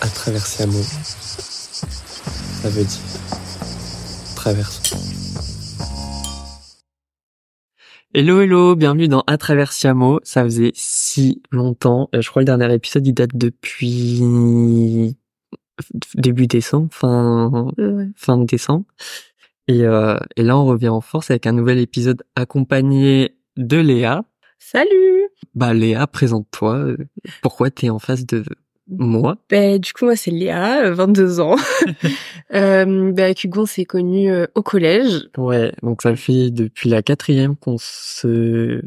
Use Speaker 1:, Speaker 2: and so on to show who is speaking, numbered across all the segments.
Speaker 1: à traverser un mot, ça veut dire traverse.
Speaker 2: Hello, hello, bienvenue dans À travers Siamo. Ça faisait si longtemps. Euh, Je crois que le dernier épisode, il date depuis début décembre, fin, fin décembre. Et, euh, et là, on revient en force avec un nouvel épisode accompagné de Léa.
Speaker 3: Salut
Speaker 2: Bah, Léa, présente-toi. euh, Pourquoi t'es en face de moi?
Speaker 3: ben, Du coup, moi, c'est Léa, euh, 22 ans. euh, ben, avec Hugo, on s'est connus euh, au collège,
Speaker 2: Ouais, donc ça fait depuis la quatrième qu'on se...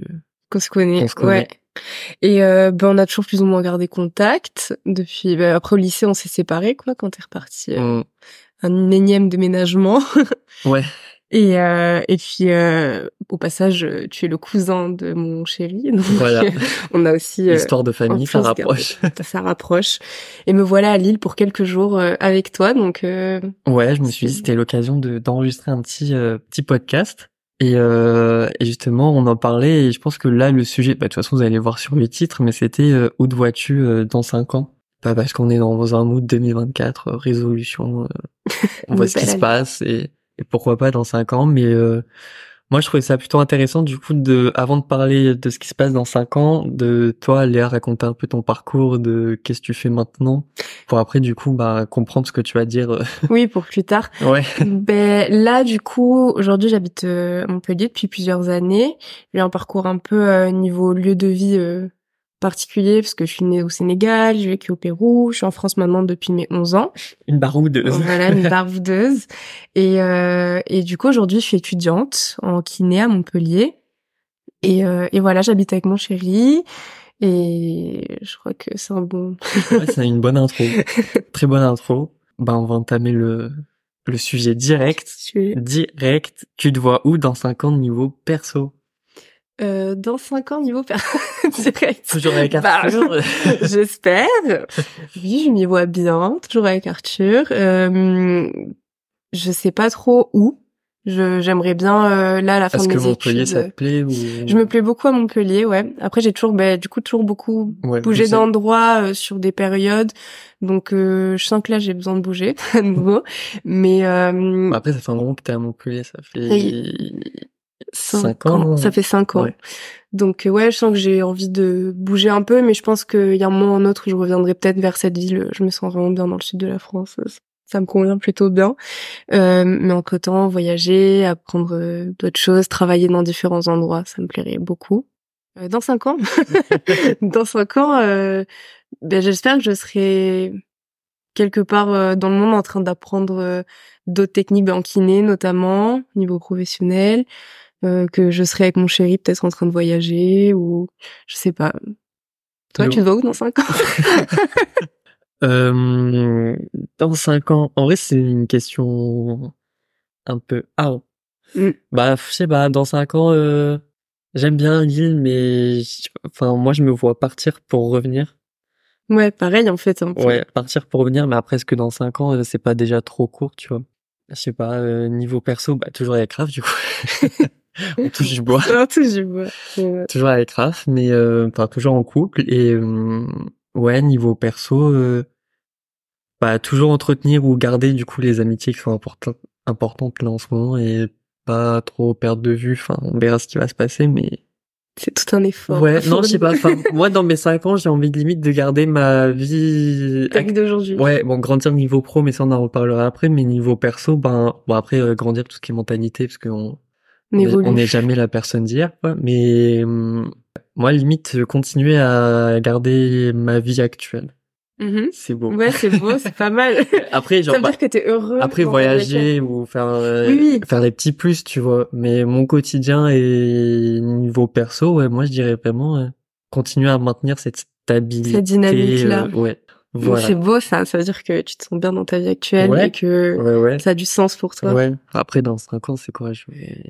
Speaker 3: qu'on se connaît.
Speaker 2: Qu'on se connaît.
Speaker 3: Ouais. Et euh, ben, on a toujours plus ou moins gardé contact. Depuis, ben, après au lycée, on s'est séparés, quoi, quand t'es reparti euh,
Speaker 2: on-
Speaker 3: un énième déménagement.
Speaker 2: Ouais.
Speaker 3: Et, euh, et puis, euh, au passage, euh, tu es le cousin de mon chéri. Donc,
Speaker 2: Voilà.
Speaker 3: on a aussi... euh,
Speaker 2: Histoire de famille,
Speaker 3: plus,
Speaker 2: ça
Speaker 3: garder-
Speaker 2: rapproche.
Speaker 3: ça rapproche. Et me voilà à Lille pour quelques jours euh, avec toi. Donc, euh,
Speaker 2: Ouais, je me suis dit c'était l'occasion de d'enregistrer un petit euh, petit podcast et, euh, et justement on en parlait et je pense que là le sujet bah de toute façon vous allez voir sur le titre mais c'était euh, où te vois-tu euh, dans cinq ans Pas parce qu'on est dans un mood 2024 euh, résolution euh, on voit ce qui
Speaker 3: Nouvelle
Speaker 2: se
Speaker 3: année.
Speaker 2: passe et, et pourquoi pas dans cinq ans mais euh, moi je trouvais ça plutôt intéressant du coup de avant de parler de ce qui se passe dans cinq ans de toi Léa raconter un peu ton parcours de qu'est-ce que tu fais maintenant pour après du coup bah comprendre ce que tu vas dire euh,
Speaker 3: oui, pour plus tard.
Speaker 2: ouais
Speaker 3: Ben là, du coup, aujourd'hui, j'habite euh, Montpellier depuis plusieurs années. J'ai un parcours un peu euh, niveau lieu de vie euh, particulier parce que je suis née au Sénégal, j'ai vécu au Pérou, je suis en France maintenant depuis mes 11 ans.
Speaker 2: Une baroudeuse.
Speaker 3: Voilà, une barboudeuse. Et, euh, et du coup, aujourd'hui, je suis étudiante en kiné à Montpellier. Et, euh, et voilà, j'habite avec mon chéri. Et je crois que c'est un bon...
Speaker 2: Ouais, c'est une bonne intro. Très bonne intro. Ben, on va entamer le, le sujet direct.
Speaker 3: sujet.
Speaker 2: Direct. Tu te vois où dans 5 ans de niveau perso?
Speaker 3: Euh, dans 5 ans, niveau... per- direct.
Speaker 2: Toujours avec
Speaker 3: Bah,
Speaker 2: Arthur.
Speaker 3: J'espère. Oui, je m'y vois bien, toujours avec Arthur. Euh, je sais pas trop où. Je j'aimerais bien euh, là à la fin
Speaker 2: Est-ce
Speaker 3: de
Speaker 2: que
Speaker 3: mes
Speaker 2: Montpellier,
Speaker 3: études.
Speaker 2: ça te plaît ou?
Speaker 3: Je me plais beaucoup à Montpellier, ouais. Après, j'ai toujours, ben, du coup, toujours beaucoup
Speaker 2: Ouais,
Speaker 3: bougé
Speaker 2: je sais.
Speaker 3: d'endroits euh, sur des périodes. Donc, euh, je sens que là, j'ai besoin de bouger à nouveau. Mais euh,
Speaker 2: Bah, Après, ça fait un moment que t'es à Montpellier, ça fait
Speaker 3: Oui.
Speaker 2: cinq
Speaker 3: cinq
Speaker 2: ans.
Speaker 3: Ça fait cinq ans.
Speaker 2: Ouais.
Speaker 3: Donc euh, ouais, je sens que j'ai envie de bouger un peu, mais je pense qu'il y a un moment ou un autre où je reviendrai peut-être vers cette ville. Je me sens vraiment bien dans le sud de la France. Ça me convient plutôt bien. Euh, mais entre-temps, voyager, apprendre euh, d'autres choses, travailler dans différents endroits, ça me plairait beaucoup. Euh, dans cinq ans, dans cinq ans, euh, ben, j'espère que je serai quelque part euh, dans le monde en train d'apprendre euh, d'autres techniques ben, en kiné notamment, au niveau professionnel, euh, que je serai avec mon chéri peut-être en train de voyager ou je sais pas. Toi,
Speaker 2: Le-
Speaker 3: tu te vois où dans 5 ans
Speaker 2: Euh, dans cinq ans, en vrai, c'est une question un peu out.
Speaker 3: Mm.
Speaker 2: Bah, je sais pas, dans cinq ans, euh, j'aime bien Lille, mais je- enfin, moi, je me vois partir pour revenir.
Speaker 3: Ouais, pareil en fait. hein. un peu.
Speaker 2: Ouais, partir pour revenir, mais après, est-ce que dans cinq ans, euh, c'est pas déjà trop court, tu vois? Je sais pas, euh, niveau perso, bah, toujours avec Raph, du coup. On touche du bois.
Speaker 3: Alors, tout, je vois. euh, Ouais.
Speaker 2: Toujours avec Raph, mais euh, enfin toujours en couple et euh, ouais niveau perso, euh, bah toujours entretenir ou garder du coup les amitiés qui sont importantes importantes là en ce moment et pas trop perdre de vue. Enfin on verra ce qui va se passer, mais
Speaker 3: C'est tout un effort.
Speaker 2: ouais non je sais pas. Enfin moi dans mes cinq ans j'ai envie de limite de garder ma vie.
Speaker 3: Ta vie d'aujourd'hui.
Speaker 2: Ouais bon grandir niveau pro mais ça on en reparlera après. Mais niveau perso ben bon après euh, grandir tout ce qui est mentalité parce que on,
Speaker 3: on
Speaker 2: on est-
Speaker 3: évolue.
Speaker 2: on n'est jamais la personne d'hier, quoi. Mais hum, moi, limite, euh, continuer à garder ma vie actuelle.
Speaker 3: Mhm.
Speaker 2: C'est beau.
Speaker 3: Ouais, c'est beau, c'est pas mal.
Speaker 2: Après,
Speaker 3: Ça
Speaker 2: genre,
Speaker 3: veut
Speaker 2: bah,
Speaker 3: dire que t'es heureux.
Speaker 2: après
Speaker 3: dans ta vie actuelle.
Speaker 2: voyager ou faire euh,
Speaker 3: Oui, oui.
Speaker 2: faire des petits plus, tu vois. Mais mon quotidien et niveau perso, ouais, moi, je dirais vraiment euh, continuer à maintenir cette stabilité.
Speaker 3: Cette dynamique-là.
Speaker 2: euh, ouais.
Speaker 3: Mais
Speaker 2: Voilà.
Speaker 3: C'est beau ça, ça veut dire que tu te sens bien dans ta vie actuelle
Speaker 2: Ouais.
Speaker 3: et que
Speaker 2: Ouais, ouais.
Speaker 3: ça a du sens pour toi.
Speaker 2: Ouais. Après, dans cinq ans, c'est quoi Je vais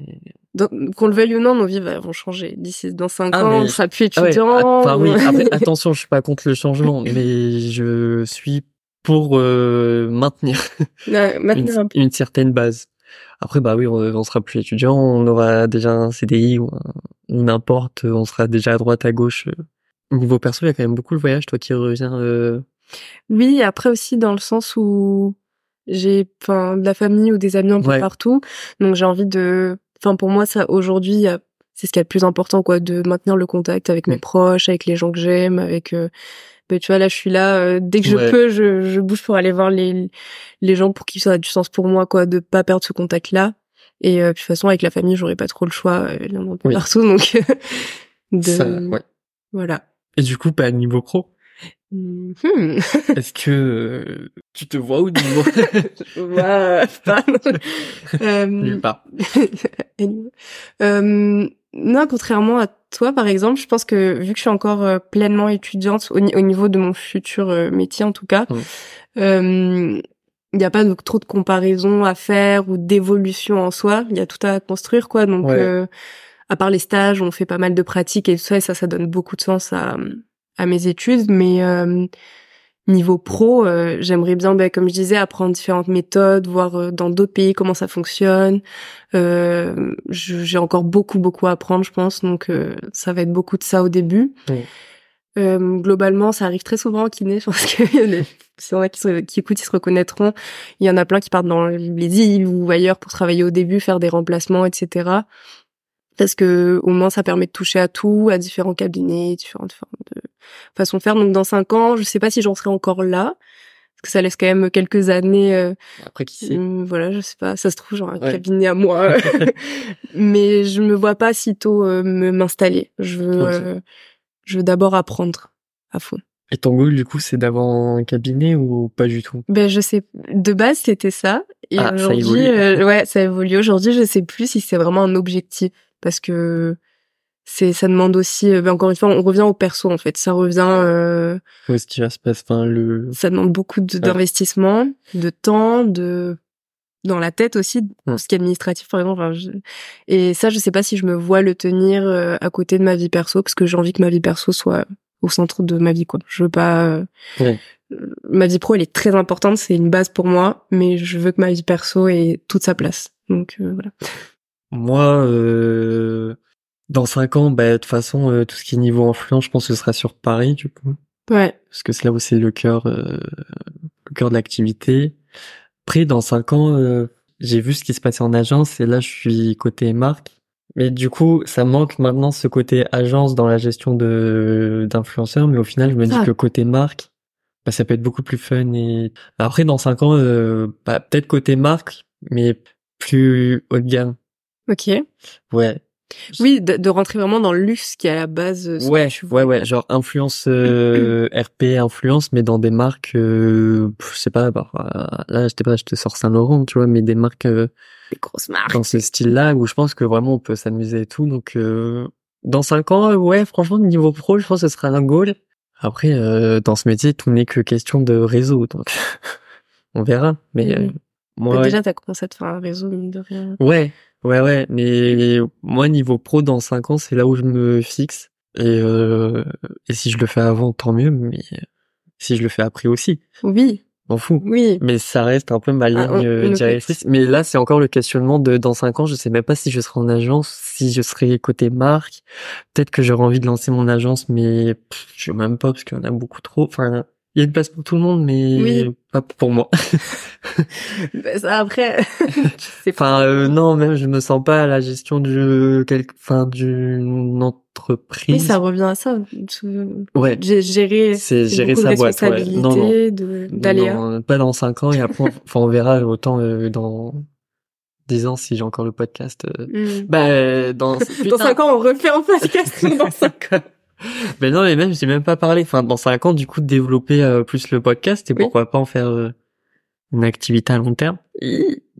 Speaker 3: Donc, Qu'on le veuille ou non, nos vies va- vont changer. D'ici dans 5
Speaker 2: Ah,
Speaker 3: ans,
Speaker 2: mais-
Speaker 3: on sera plus
Speaker 2: Ah ouais,
Speaker 3: étudiant.
Speaker 2: att- enfin, oui,
Speaker 3: ou-
Speaker 2: après, attention, je suis pas contre le changement, mais je suis pour euh, maintenir
Speaker 3: Ouais,
Speaker 2: une,
Speaker 3: Maintenant,
Speaker 2: une certaine base. Après, bah oui, on, on sera plus étudiant, on aura déjà un CDI ou un- ou n'importe, on sera déjà à droite, à gauche. euh. Niveau perso, il y a quand même beaucoup le voyage, toi qui reviens euh,
Speaker 3: Oui, après aussi dans le sens où j'ai enfin de la famille ou des amis un peu
Speaker 2: Ouais.
Speaker 3: partout, donc j'ai envie de enfin pour moi ça aujourd'hui il y a- c'est ce qui est le plus important quoi de maintenir le contact avec mes
Speaker 2: Mm.
Speaker 3: proches, avec les gens que j'aime, avec euh, ben, tu vois là je suis là euh, dès que je
Speaker 2: Ouais.
Speaker 3: peux je, je bouge pour aller voir les les gens pour qui ça a du sens pour moi quoi de pas perdre ce contact là et euh, puis de toute façon avec la famille j'aurais pas trop le choix euh, il y en a un peu
Speaker 2: Oui.
Speaker 3: partout donc euh, de
Speaker 2: Ça, ouais.
Speaker 3: voilà
Speaker 2: Et du coup, pas niveau pro.
Speaker 3: Hmm.
Speaker 2: Est-ce que euh, tu te vois au niveau
Speaker 3: Ouah, pardon.
Speaker 2: Nulle
Speaker 3: Euh,
Speaker 2: part.
Speaker 3: anyway. Euh, non, contrairement à toi, par exemple, je pense que vu que je suis encore euh, pleinement étudiante au, ni- au niveau de mon futur euh, métier, en tout cas,
Speaker 2: Mm.
Speaker 3: euh, il n'y a pas donc trop de comparaisons à faire ou d'évolution en soi. Il y a tout à construire, quoi. Donc,
Speaker 2: Ouais.
Speaker 3: euh, à part les stages, on fait pas mal de pratiques et tout ça, et ça, ça donne beaucoup de sens à, à mes études. Mais euh, niveau pro, euh, j'aimerais bien, ben, comme je disais, apprendre différentes méthodes, voir euh, dans d'autres pays comment ça fonctionne. Euh, je- j'ai encore beaucoup, beaucoup à apprendre, je pense. Donc, euh, ça va être beaucoup de ça au début.
Speaker 2: Oui.
Speaker 3: Euh, globalement, ça arrive très souvent en kiné. Je pense que les- s'il y en a qui, se- qui écoutent, ils se reconnaîtront. Il y en a plein qui partent dans les îles ou ailleurs pour travailler au début, faire des remplacements, etc. Parce que au moins, ça permet de toucher à tout, à différents cabinets, différentes formes de façon de faire. Donc dans cinq ans, je sais pas si j'en serai encore là, parce que ça laisse quand même quelques années. euh,
Speaker 2: Après, qui sait
Speaker 3: hum, voilà, je sais pas. Ça se trouve genre un
Speaker 2: Ouais.
Speaker 3: cabinet à moi, mais je me vois pas sitôt euh, me- m'installer. Je veux,
Speaker 2: Ok.
Speaker 3: euh, je veux d'abord apprendre à fond.
Speaker 2: Et ton goal, du coup, c'est d'avoir un cabinet ou pas du tout
Speaker 3: Ben je sais. De base, c'était ça. Et
Speaker 2: Ah, ça
Speaker 3: aujourd'hui,
Speaker 2: évolue.
Speaker 3: euh, ouais, ça évolue. Aujourd'hui, je sais plus si c'est vraiment un objectif, parce que c'est, ça demande aussi. euh, ben, encore une fois, on revient au perso en fait. Ça revient. euh,
Speaker 2: Où est-ce qu'il va se passer Enfin, le...
Speaker 3: ça demande beaucoup de- d'investissement, de temps, de dans la tête aussi,
Speaker 2: Mm.
Speaker 3: ce qui est administratif par exemple. Enfin, je- Et ça, je sais pas si je me vois le tenir euh, à côté de ma vie perso, parce que j'ai envie que ma vie perso soit au centre de ma vie, quoi. Je veux pas. euh,
Speaker 2: Ouais.
Speaker 3: euh, Ma vie pro, elle est très importante, c'est une base pour moi, mais je veux que ma vie perso ait toute sa place. Donc euh, voilà.
Speaker 2: Moi, euh, dans cinq ans, bah, de toute façon, euh, tout ce qui est niveau influence, je pense que ce sera sur Paris, du coup.
Speaker 3: Ouais.
Speaker 2: Parce que c'est là où c'est le cœur, euh, le cœur de l'activité. Après, dans cinq ans, euh, j'ai vu ce qui se passait en agence et là, je suis côté marque. Mais du coup, ça me manque maintenant ce côté agence dans la gestion de d'influenceurs. Mais au final, je me
Speaker 3: Ah.
Speaker 2: dis que côté marque, bah, ça peut être beaucoup plus fun. Et après, dans cinq ans, euh, bah, peut-être côté marque, mais plus haut de gamme.
Speaker 3: Ok.
Speaker 2: Ouais.
Speaker 3: Oui, de, de rentrer vraiment dans le luxe qui est à la base. euh, ce que
Speaker 2: Ouais,
Speaker 3: tu
Speaker 2: ouais, ouais, genre influence euh, RP, influence, mais dans des marques, euh, pff, je sais pas, bah, euh, là je sais pas, je te sors Saint Laurent, tu vois, mais des marques euh,
Speaker 3: Des grosses marques.
Speaker 2: dans ce style-là où je pense que vraiment on peut s'amuser et tout. Donc euh, dans cinq ans, euh, ouais, franchement niveau pro, je pense que ce sera un goal. Après, euh, dans ce métier, tout n'est que question de réseau, donc on verra. Mais euh,
Speaker 3: Mhm.
Speaker 2: moi,
Speaker 3: Bah,
Speaker 2: ouais.
Speaker 3: Déjà, t'as commencé à te faire un réseau mine de rien.
Speaker 2: Ouais, ouais, ouais. Mais moi, niveau pro, dans cinq ans, c'est là où je me fixe. Et, euh, et si je le fais avant, tant mieux. Mais si je le fais après aussi,
Speaker 3: Oui,
Speaker 2: m'en fous.
Speaker 3: oui.
Speaker 2: Mais ça reste un peu ma ligne
Speaker 3: Ah, on-
Speaker 2: euh,
Speaker 3: une autre
Speaker 2: directrice. Mais là, c'est encore le questionnement de dans cinq ans, je sais même pas si je serai en agence, si je serai côté marque. Peut-être que j'aurai envie de lancer mon agence, mais pff, je sais même pas parce qu'il y en a beaucoup trop. Enfin, il y a une place pour tout le monde, mais
Speaker 3: Oui.
Speaker 2: pas pour moi.
Speaker 3: Bah, ça, après, c'est
Speaker 2: Enfin, euh, non, même je me sens pas à la gestion du, quel... enfin, d'une
Speaker 3: Oui,
Speaker 2: entreprise.
Speaker 3: ça revient à ça. de-
Speaker 2: Ouais,
Speaker 3: de Gérer,
Speaker 2: c'est
Speaker 3: de
Speaker 2: gérer
Speaker 3: beaucoup de
Speaker 2: sa boîte. Ouais.
Speaker 3: responsabilités, hein.
Speaker 2: Non, non,
Speaker 3: de- d'aléas.
Speaker 2: non, pas dans cinq ans et après, on- enfin, on verra autant euh, dans 10 ans si j'ai encore le podcast. euh.
Speaker 3: Mm.
Speaker 2: Bah, euh, dans
Speaker 3: Dans 5 ans, on refait un podcast dans 5 ans.
Speaker 2: Mais Ben non, mais même, j'ai même pas parlé. Enfin, dans cinq ans, du coup, développer euh, plus le podcast et
Speaker 3: Oui.
Speaker 2: pourquoi pas en faire euh, une activité à long terme.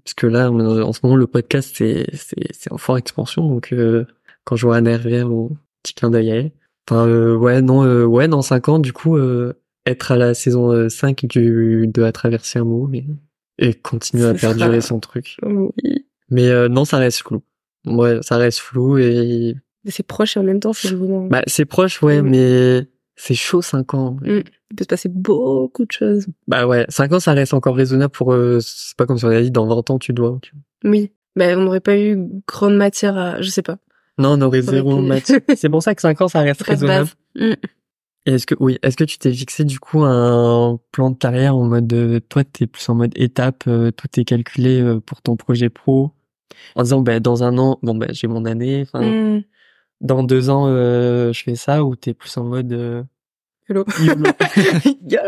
Speaker 2: Parce que là, on est- en ce moment, le podcast, c'est, c'est, c'est en forte expansion. Donc, euh, quand je vois Anne Hervé, mon petit clin d'œil à elle. Enfin, euh, ouais, non, euh, ouais, dans cinq ans, du coup, euh, être à la saison euh, 5 du, de À traverser un mot, mais, et continuer à
Speaker 3: Ce sera-
Speaker 2: perdurer son truc.
Speaker 3: Oui.
Speaker 2: Mais euh, non, ça reste flou. Ouais, ça reste flou et
Speaker 3: Mais C'est proche et en même temps, c'est le moment.
Speaker 2: bah, c'est proche, ouais,
Speaker 3: Mm.
Speaker 2: mais c'est chaud 5 ans.
Speaker 3: Mm. Il peut se passer beaucoup de choses.
Speaker 2: Bah ouais, 5 ans, ça reste encore raisonnable pour... euh, c'est pas comme si on a dit, dans 20 ans, tu dois... tu-
Speaker 3: Oui. Ben, on n'aurait pas eu grande matière à, je sais pas.
Speaker 2: Non, on aurait
Speaker 3: Ça aurait
Speaker 2: zéro
Speaker 3: pu-
Speaker 2: match. C'est pour ça que 5 ans, ça reste
Speaker 3: Pas de
Speaker 2: raisonnable.
Speaker 3: base. Mm.
Speaker 2: Et est-ce que oui, est-ce que tu t'es fixé du coup un plan de carrière en mode euh, toi t'es plus en mode étape, euh, tout est calculé euh, pour ton projet pro, en disant bah, dans un an bon bah, j'ai mon année, enfin
Speaker 3: Hmm.
Speaker 2: dans deux ans euh, je fais ça ou t'es plus en mode euh,
Speaker 3: Hello.
Speaker 2: YOLO.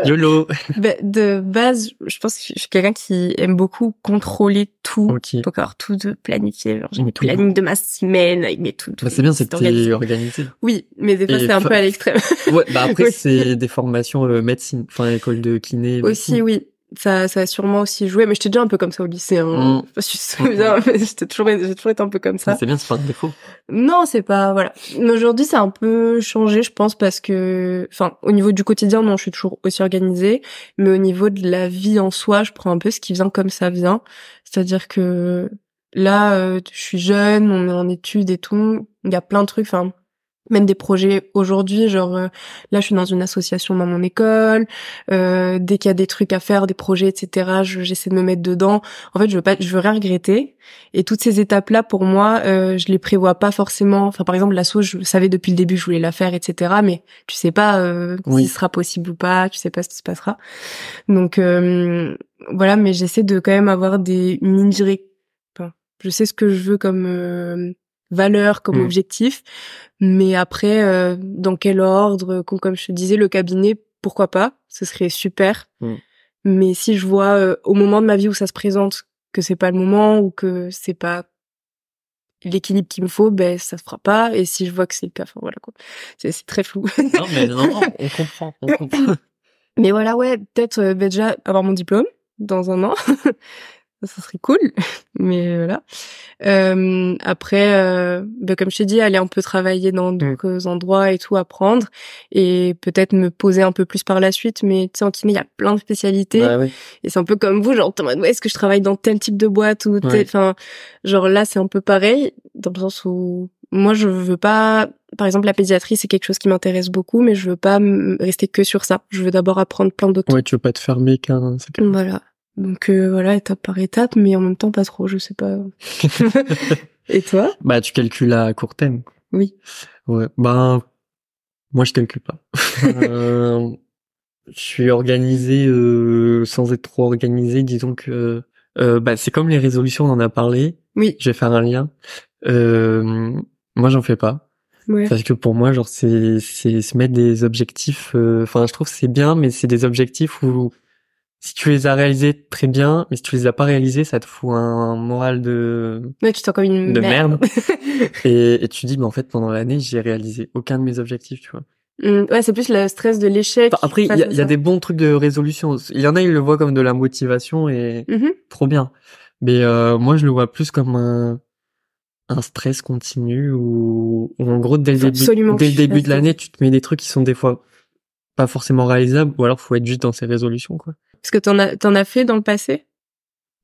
Speaker 2: YOLO.
Speaker 3: Bah, de base, je pense que je suis quelqu'un qui aime beaucoup contrôler tout.
Speaker 2: Ok.
Speaker 3: Donc avoir tout de planifié, genre j'ai
Speaker 2: Ok.
Speaker 3: mes tout planning de ma semaine, avec mes tout. tout
Speaker 2: Bah, c'est bien, c'est que t'es
Speaker 3: organisé.
Speaker 2: organisé.
Speaker 3: Oui, mais des fois
Speaker 2: Et
Speaker 3: c'est un
Speaker 2: fa-
Speaker 3: peu à l'extrême.
Speaker 2: Ouais, bah après
Speaker 3: Oui.
Speaker 2: c'est des formations euh, médecine, enfin école de kiné.
Speaker 3: aussi,
Speaker 2: médecine.
Speaker 3: oui. Ça, ça a sûrement aussi joué, mais j'étais déjà un peu comme ça au lycée. Hein.
Speaker 2: Mm.
Speaker 3: Je suis souviens, mais j'étais toujours, j'ai toujours été un peu comme ça.
Speaker 2: C'est bien, c'est pas un défaut.
Speaker 3: Non, c'est pas voilà. Mais Aujourd'hui, c'est un peu changé, je pense, parce que, enfin, au niveau du quotidien, non, je suis toujours aussi organisée, mais au niveau de la vie en soi, je prends un peu ce qui vient comme ça vient. C'est-à-dire que là, euh, je suis jeune, on est en études et tout. Il y a plein de trucs, enfin, même des projets aujourd'hui. Genre euh, là, je suis dans une association dans mon école. Euh, dès qu'il y a des trucs à faire, des projets, etc., je- j'essaie de me mettre dedans. En fait, je veux pas, je veux rien regretter. Et toutes ces étapes-là, pour moi, euh, je les prévois pas forcément. Enfin, par exemple, l'assaut, je savais depuis le début que je voulais la faire, etc. Mais tu sais pas euh,
Speaker 2: Oui.
Speaker 3: si ce sera possible ou pas. Tu sais pas ce qui se passera. Donc euh, voilà, mais j'essaie de quand même avoir des une ligne directe. Enfin, je sais ce que je veux comme euh, valeur, comme
Speaker 2: Mm.
Speaker 3: objectif, mais après, euh, dans quel ordre Comme comme je te disais, le cabinet, pourquoi pas Ce serait super.
Speaker 2: Mm.
Speaker 3: Mais si je vois euh, au moment de ma vie où ça se présente que c'est pas le moment ou que c'est pas l'équilibre qu'il me faut, ben ça se fera pas. Et si je vois que c'est le cas, enfin voilà quoi. C'est c'est très flou.
Speaker 2: Non mais non, non, on comprend, on comprend.
Speaker 3: Mais voilà, ouais, peut-être euh, bah, déjà avoir mon diplôme dans un an. ça serait cool. Mais voilà. Euh, après, euh, bah, comme je t'ai dit, aller un peu travailler dans d'autres endroits et tout, apprendre. Et peut-être me poser un peu plus par la suite. Mais tu sais, en kiné, il y a plein de spécialités.
Speaker 2: Bah ouais.
Speaker 3: Et c'est un peu comme vous, genre, t'es en mode, ouais, est-ce que je travaille dans tel type de boîte ou tel,
Speaker 2: Ouais.
Speaker 3: enfin, genre là, c'est un peu pareil, dans le sens où, moi, je veux pas, par exemple, la pédiatrie, c'est quelque chose qui m'intéresse beaucoup, mais je veux pas m- rester que sur ça. Je veux d'abord apprendre plein d'autres
Speaker 2: Ouais, tu veux pas te fermer qu'un. c'est que-
Speaker 3: trucs. Voilà. Donc, euh, voilà, étape par étape, mais en même temps, pas trop, je sais pas. Et toi?
Speaker 2: Bah tu calcules à court terme.
Speaker 3: Oui.
Speaker 2: Ouais. Ben moi je calcule pas. Euh, je suis organisé euh, sans être trop organisé. Disons que euh, bah c'est comme les résolutions, on en a parlé.
Speaker 3: Oui.
Speaker 2: Je vais faire un lien. Euh, moi j'en fais pas.
Speaker 3: Ouais.
Speaker 2: Parce que pour moi, genre, c'est, c'est se mettre des objectifs. euh, Enfin, je trouve que c'est bien, mais c'est des objectifs où si tu les as réalisés très bien, mais si tu les as pas réalisés, ça te fout un moral de
Speaker 3: Ouais, tu sens comme une
Speaker 2: de merde. et, et tu dis, mais en fait, pendant l'année, j'ai réalisé aucun de mes objectifs, tu vois.
Speaker 3: Hum, ouais, c'est plus le stress de l'échec.
Speaker 2: Enfin, après, il y, a-
Speaker 3: face à
Speaker 2: il y a
Speaker 3: ça.
Speaker 2: des bons trucs de résolution. Il y en a, ils le voient comme de la motivation et
Speaker 3: Mhm.
Speaker 2: trop bien. Mais euh, moi, je le vois plus comme un un stress continu où, où en gros dès le
Speaker 3: Faut
Speaker 2: début,
Speaker 3: absolument
Speaker 2: dès
Speaker 3: que
Speaker 2: le
Speaker 3: je
Speaker 2: début
Speaker 3: fasse
Speaker 2: de l'année, tu te mets des trucs qui sont des fois pas forcément réalisables ou alors faut être juste dans ses résolutions quoi.
Speaker 3: Parce que t'en as, t'en as fait dans le passé?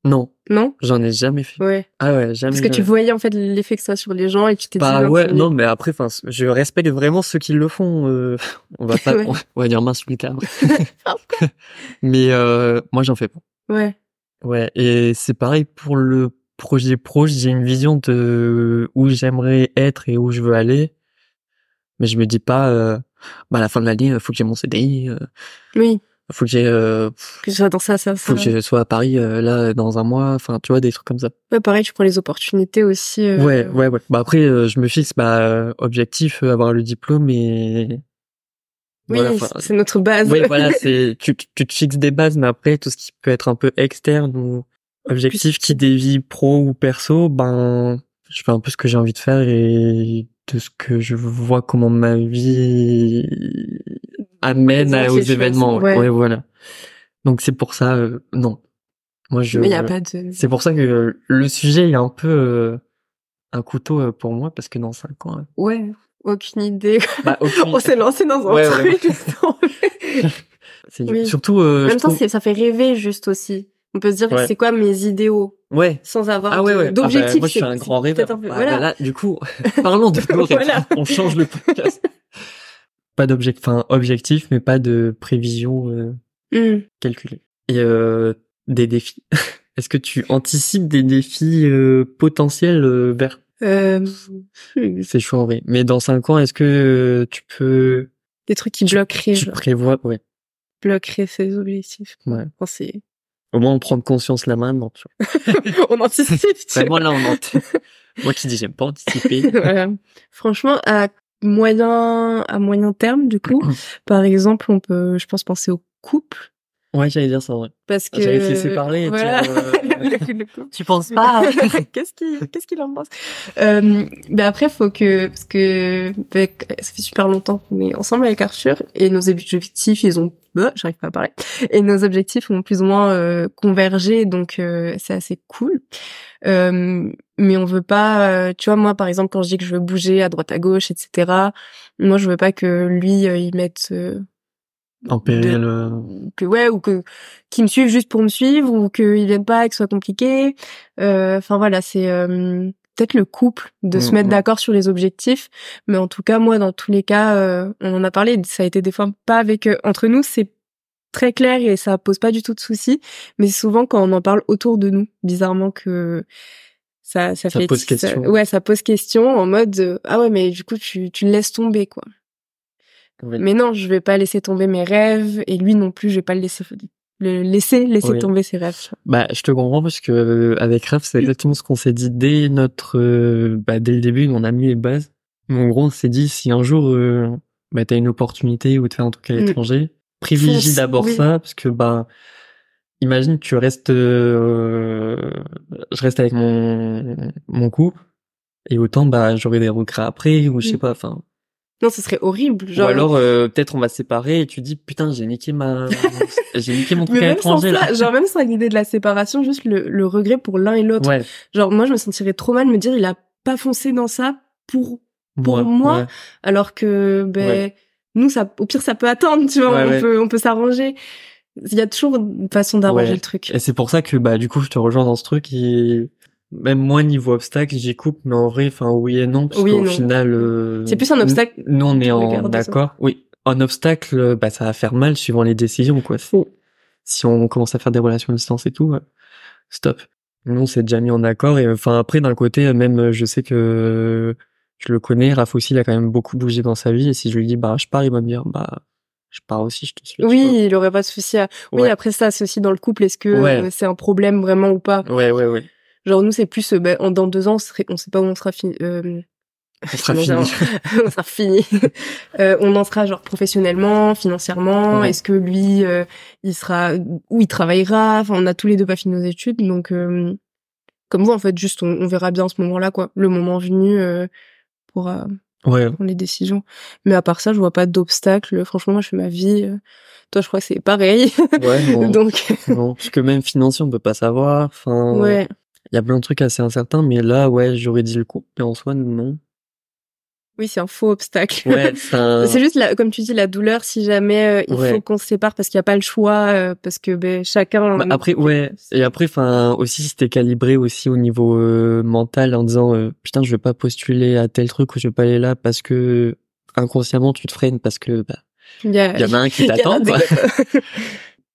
Speaker 2: Non,
Speaker 3: Non?
Speaker 2: j'en ai jamais fait.
Speaker 3: Ouais.
Speaker 2: Ah ouais, jamais.
Speaker 3: Parce que tu
Speaker 2: jamais.
Speaker 3: voyais en fait l'effet que ça a sur les gens et tu t'es dit
Speaker 2: Bah
Speaker 3: non,
Speaker 2: ouais,
Speaker 3: tu-
Speaker 2: non mais après enfin je respecte vraiment ceux qui le font euh, on va pas
Speaker 3: Ouais.
Speaker 2: on, va dire mince plus tard. mais euh, moi j'en fais pas.
Speaker 3: ouais
Speaker 2: Ouais, et c'est pareil pour le projet pro, j'ai une vision de où j'aimerais être et où je veux aller. Mais je me dis pas, euh, bah à la fin de l'année, euh, faut que j'ai mon CDI, euh,
Speaker 3: oui
Speaker 2: faut que j'ai, euh, pff,
Speaker 3: que ce soit dans ça ça
Speaker 2: faut
Speaker 3: ça
Speaker 2: que je sois à Paris euh, là dans un mois, enfin tu vois des trucs comme ça.
Speaker 3: ouais pareil tu prends les opportunités aussi euh,
Speaker 2: Ouais, ouais, ouais. Bah après, euh, je me fixe, bah euh, objectif, euh, avoir le diplôme et
Speaker 3: oui
Speaker 2: voilà, enfin,
Speaker 3: c'est- c'est notre base
Speaker 2: Oui, voilà, c'est tu, tu tu te fixes des bases, mais après tout ce qui peut être un peu externe ou objectif qui dévie pro ou perso, ben je fais un peu ce que j'ai envie de faire et de ce que je vois comment ma vie amène à-
Speaker 3: Présente
Speaker 2: aux
Speaker 3: les choses,
Speaker 2: événements.
Speaker 3: ouais.
Speaker 2: voilà. Donc c'est pour ça, euh, non. Moi je.
Speaker 3: mais il y a pas de
Speaker 2: C'est pour ça que le sujet est un peu euh, un couteau euh, pour moi parce que dans cinq ans, euh,
Speaker 3: ouais aucune idée
Speaker 2: bah, aucune-
Speaker 3: on s'est lancé dans un
Speaker 2: Ouais,
Speaker 3: truc
Speaker 2: c'est dur.
Speaker 3: Oui.
Speaker 2: surtout. euh, je
Speaker 3: en même temps
Speaker 2: trouve-
Speaker 3: c'est- ça fait rêver juste aussi on peut se dire
Speaker 2: Ouais.
Speaker 3: c'est quoi mes idéaux
Speaker 2: Ouais.
Speaker 3: sans avoir
Speaker 2: Ah ouais,
Speaker 3: de-
Speaker 2: ouais.
Speaker 3: euh, d'objectif
Speaker 2: Ah bah, moi, je suis
Speaker 3: c'est-
Speaker 2: un grand
Speaker 3: c'est
Speaker 2: rêveur.
Speaker 3: peut-être un peu-
Speaker 2: Ah,
Speaker 3: voilà
Speaker 2: bah là, du coup, parlons de nos rêves.
Speaker 3: Voilà.
Speaker 2: On change le podcast. pas d'objectif, enfin, objectif, mais pas de prévision euh,
Speaker 3: Hum.
Speaker 2: calculée. Et euh, des défis. Est-ce que tu anticipes des défis euh, potentiels euh, vers
Speaker 3: Euh, hum.
Speaker 2: C'est chaud en vrai. Mais dans cinq ans, est-ce que euh, tu peux
Speaker 3: des trucs qui bloqueraient,
Speaker 2: Tu
Speaker 3: genre,
Speaker 2: prévois, ouais.
Speaker 3: bloqueraient ses objectifs.
Speaker 2: Ouais.
Speaker 3: Enfin, c'est-
Speaker 2: Au moins, on prend conscience là maintenant. tu vois.
Speaker 3: on anticipe. tu
Speaker 2: Vraiment, là, on anticipe. Moi qui dis, j'aime pas anticiper.
Speaker 3: Voilà. Franchement, à moyen, à moyen terme, du coup, par exemple, on peut, je pense, penser au couple.
Speaker 2: Ouais, j'allais dire ça, ouais.
Speaker 3: Parce que.
Speaker 2: Ah, J'allais te laisser parler. tu
Speaker 3: Voilà.
Speaker 2: vois, euh,
Speaker 3: Le- le couple.
Speaker 2: Tu penses pas hein
Speaker 3: qu'est-ce qu'il qu'est-ce qu'il en pense euh, ben après faut que parce que ben, ça fait super longtemps qu'on est ensemble avec Arthur et nos objectifs ils ont bah, j'arrive pas à parler et nos objectifs ont plus ou moins euh, convergé donc euh, c'est assez cool euh, mais on veut pas euh, tu vois moi par exemple quand je dis que je veux bouger à droite à gauche etc moi je veux pas que lui euh, il mette euh,
Speaker 2: En péril. euh,
Speaker 3: que ouais ou que qui me suivent juste pour me suivre ou qu'ils viennent pas et que ce soit compliqué Euh, enfin voilà c'est euh, peut-être le couple de se
Speaker 2: Mm,
Speaker 3: mettre
Speaker 2: mm.
Speaker 3: d'accord sur les objectifs mais en tout cas moi dans tous les cas euh, on en a parlé ça a été des fois pas avec eux. entre nous c'est très clair et ça pose pas du tout de soucis mais c'est souvent quand on en parle autour de nous bizarrement que ça ça,
Speaker 2: Ça
Speaker 3: fait
Speaker 2: pose question.
Speaker 3: ouais ça pose question en mode euh, ah ouais mais du coup tu tu le laisses tomber quoi
Speaker 2: ouais.
Speaker 3: mais non, je vais pas laisser tomber mes rêves et lui non plus, je vais pas le laisser le laisser laisser
Speaker 2: Oui.
Speaker 3: tomber ses rêves.
Speaker 2: Bah, je te comprends parce que euh, avec Raph, c'est exactement ce qu'on s'est dit dès notre, euh, bah, dès le début, on a mis les bases. Mais en gros, on s'est dit si un jour, euh, bah, t'as une opportunité ou t'es un truc à
Speaker 3: Mm.
Speaker 2: l'étranger, privilégie
Speaker 3: Fonce,
Speaker 2: d'abord
Speaker 3: oui.
Speaker 2: ça parce que bah, imagine tu restes, euh, je reste avec mon mon couple et autant bah j'aurai des regrets après ou je sais
Speaker 3: Mm.
Speaker 2: pas, enfin.
Speaker 3: Non, ce serait horrible, genre.
Speaker 2: Ou alors euh, peut-être on va se séparer et tu dis putain j'ai niqué ma, j'ai niqué mon
Speaker 3: mais
Speaker 2: truc à
Speaker 3: même sans
Speaker 2: l'étranger là.
Speaker 3: ça, genre même sans l'idée de la séparation, juste le, le regret pour l'un et l'autre.
Speaker 2: Ouais.
Speaker 3: Genre moi, je me sentirais trop mal de me dire il a pas foncé dans ça pour Pour
Speaker 2: Ouais,
Speaker 3: moi,
Speaker 2: ouais.
Speaker 3: alors que ben
Speaker 2: Ouais.
Speaker 3: nous ça au pire ça peut attendre, tu vois,
Speaker 2: Ouais,
Speaker 3: on
Speaker 2: ouais.
Speaker 3: peut on peut s'arranger. Il y a toujours une façon d'arranger
Speaker 2: Ouais.
Speaker 3: le truc.
Speaker 2: Et c'est pour ça que bah du coup je te rejoins dans ce truc et même moi niveau obstacle j'y coupe mais en vrai enfin oui et non parce
Speaker 3: Oui et
Speaker 2: qu'au
Speaker 3: non.
Speaker 2: final euh,
Speaker 3: C'est plus un obstacle
Speaker 2: n- nous on est en
Speaker 3: regarde ça.
Speaker 2: accord oui un obstacle euh, bah ça va faire mal suivant les décisions quoi C'est- si on commence à faire des relations à distance et tout ouais. stop nous on s'est déjà mis en accord et enfin après d'un côté même euh, je sais que euh, je le connais Raph aussi il a quand même beaucoup bougé dans sa vie et si je lui dis bah je pars il va me dire bah je pars aussi je te suis tu
Speaker 3: Oui, il aurait pas de souci à. Oui,
Speaker 2: Ouais.
Speaker 3: après ça, c'est aussi dans le couple. Est-ce que
Speaker 2: Ouais.
Speaker 3: euh, c'est un problème vraiment ou pas
Speaker 2: vois. ouais ouais ouais
Speaker 3: Genre nous c'est plus euh, ben, en- dans deux ans on, serait, on sait pas où on sera fini. Euh,
Speaker 2: on sera
Speaker 3: Non,
Speaker 2: fini
Speaker 3: on sera fini. Euh, on en sera genre professionnellement, financièrement.
Speaker 2: Ouais.
Speaker 3: Est-ce que lui euh, il sera où il travaillera Enfin on a tous les deux pas fini nos études donc euh, comme vous en fait juste on, on verra bien à ce moment-là quoi. Le moment venu euh, pour euh,
Speaker 2: ouais
Speaker 3: prendre les décisions. Mais à part ça je vois pas d'obstacle. Franchement moi je fais ma vie. euh, Toi je crois que c'est pareil.
Speaker 2: ouais bon.
Speaker 3: donc
Speaker 2: Non, parce que même financier, on peut pas savoir. Enfin, il
Speaker 3: ouais.
Speaker 2: y a plein de trucs assez incertains, mais là, ouais, j'aurais dit le coup, mais en soi, non.
Speaker 3: Oui c'est un faux obstacle.
Speaker 2: Ouais, c'est un-
Speaker 3: C'est juste, la- comme tu dis, la douleur si jamais euh, il
Speaker 2: Euh. Ouais.
Speaker 3: faut qu'on se sépare parce qu'il n'y a pas le choix, euh, parce que ben, chacun...
Speaker 2: Bah, après, ouais. Et après, enfin, aussi, si t'es calibré aussi au niveau euh, mental en disant, euh, putain, je vais pas postuler à tel truc ou je vais pas aller là parce que inconsciemment, tu te freines parce que, bah,
Speaker 3: Il y, a-
Speaker 2: il y en a un qui
Speaker 3: il y en a
Speaker 2: t'attend,
Speaker 3: des-
Speaker 2: quoi.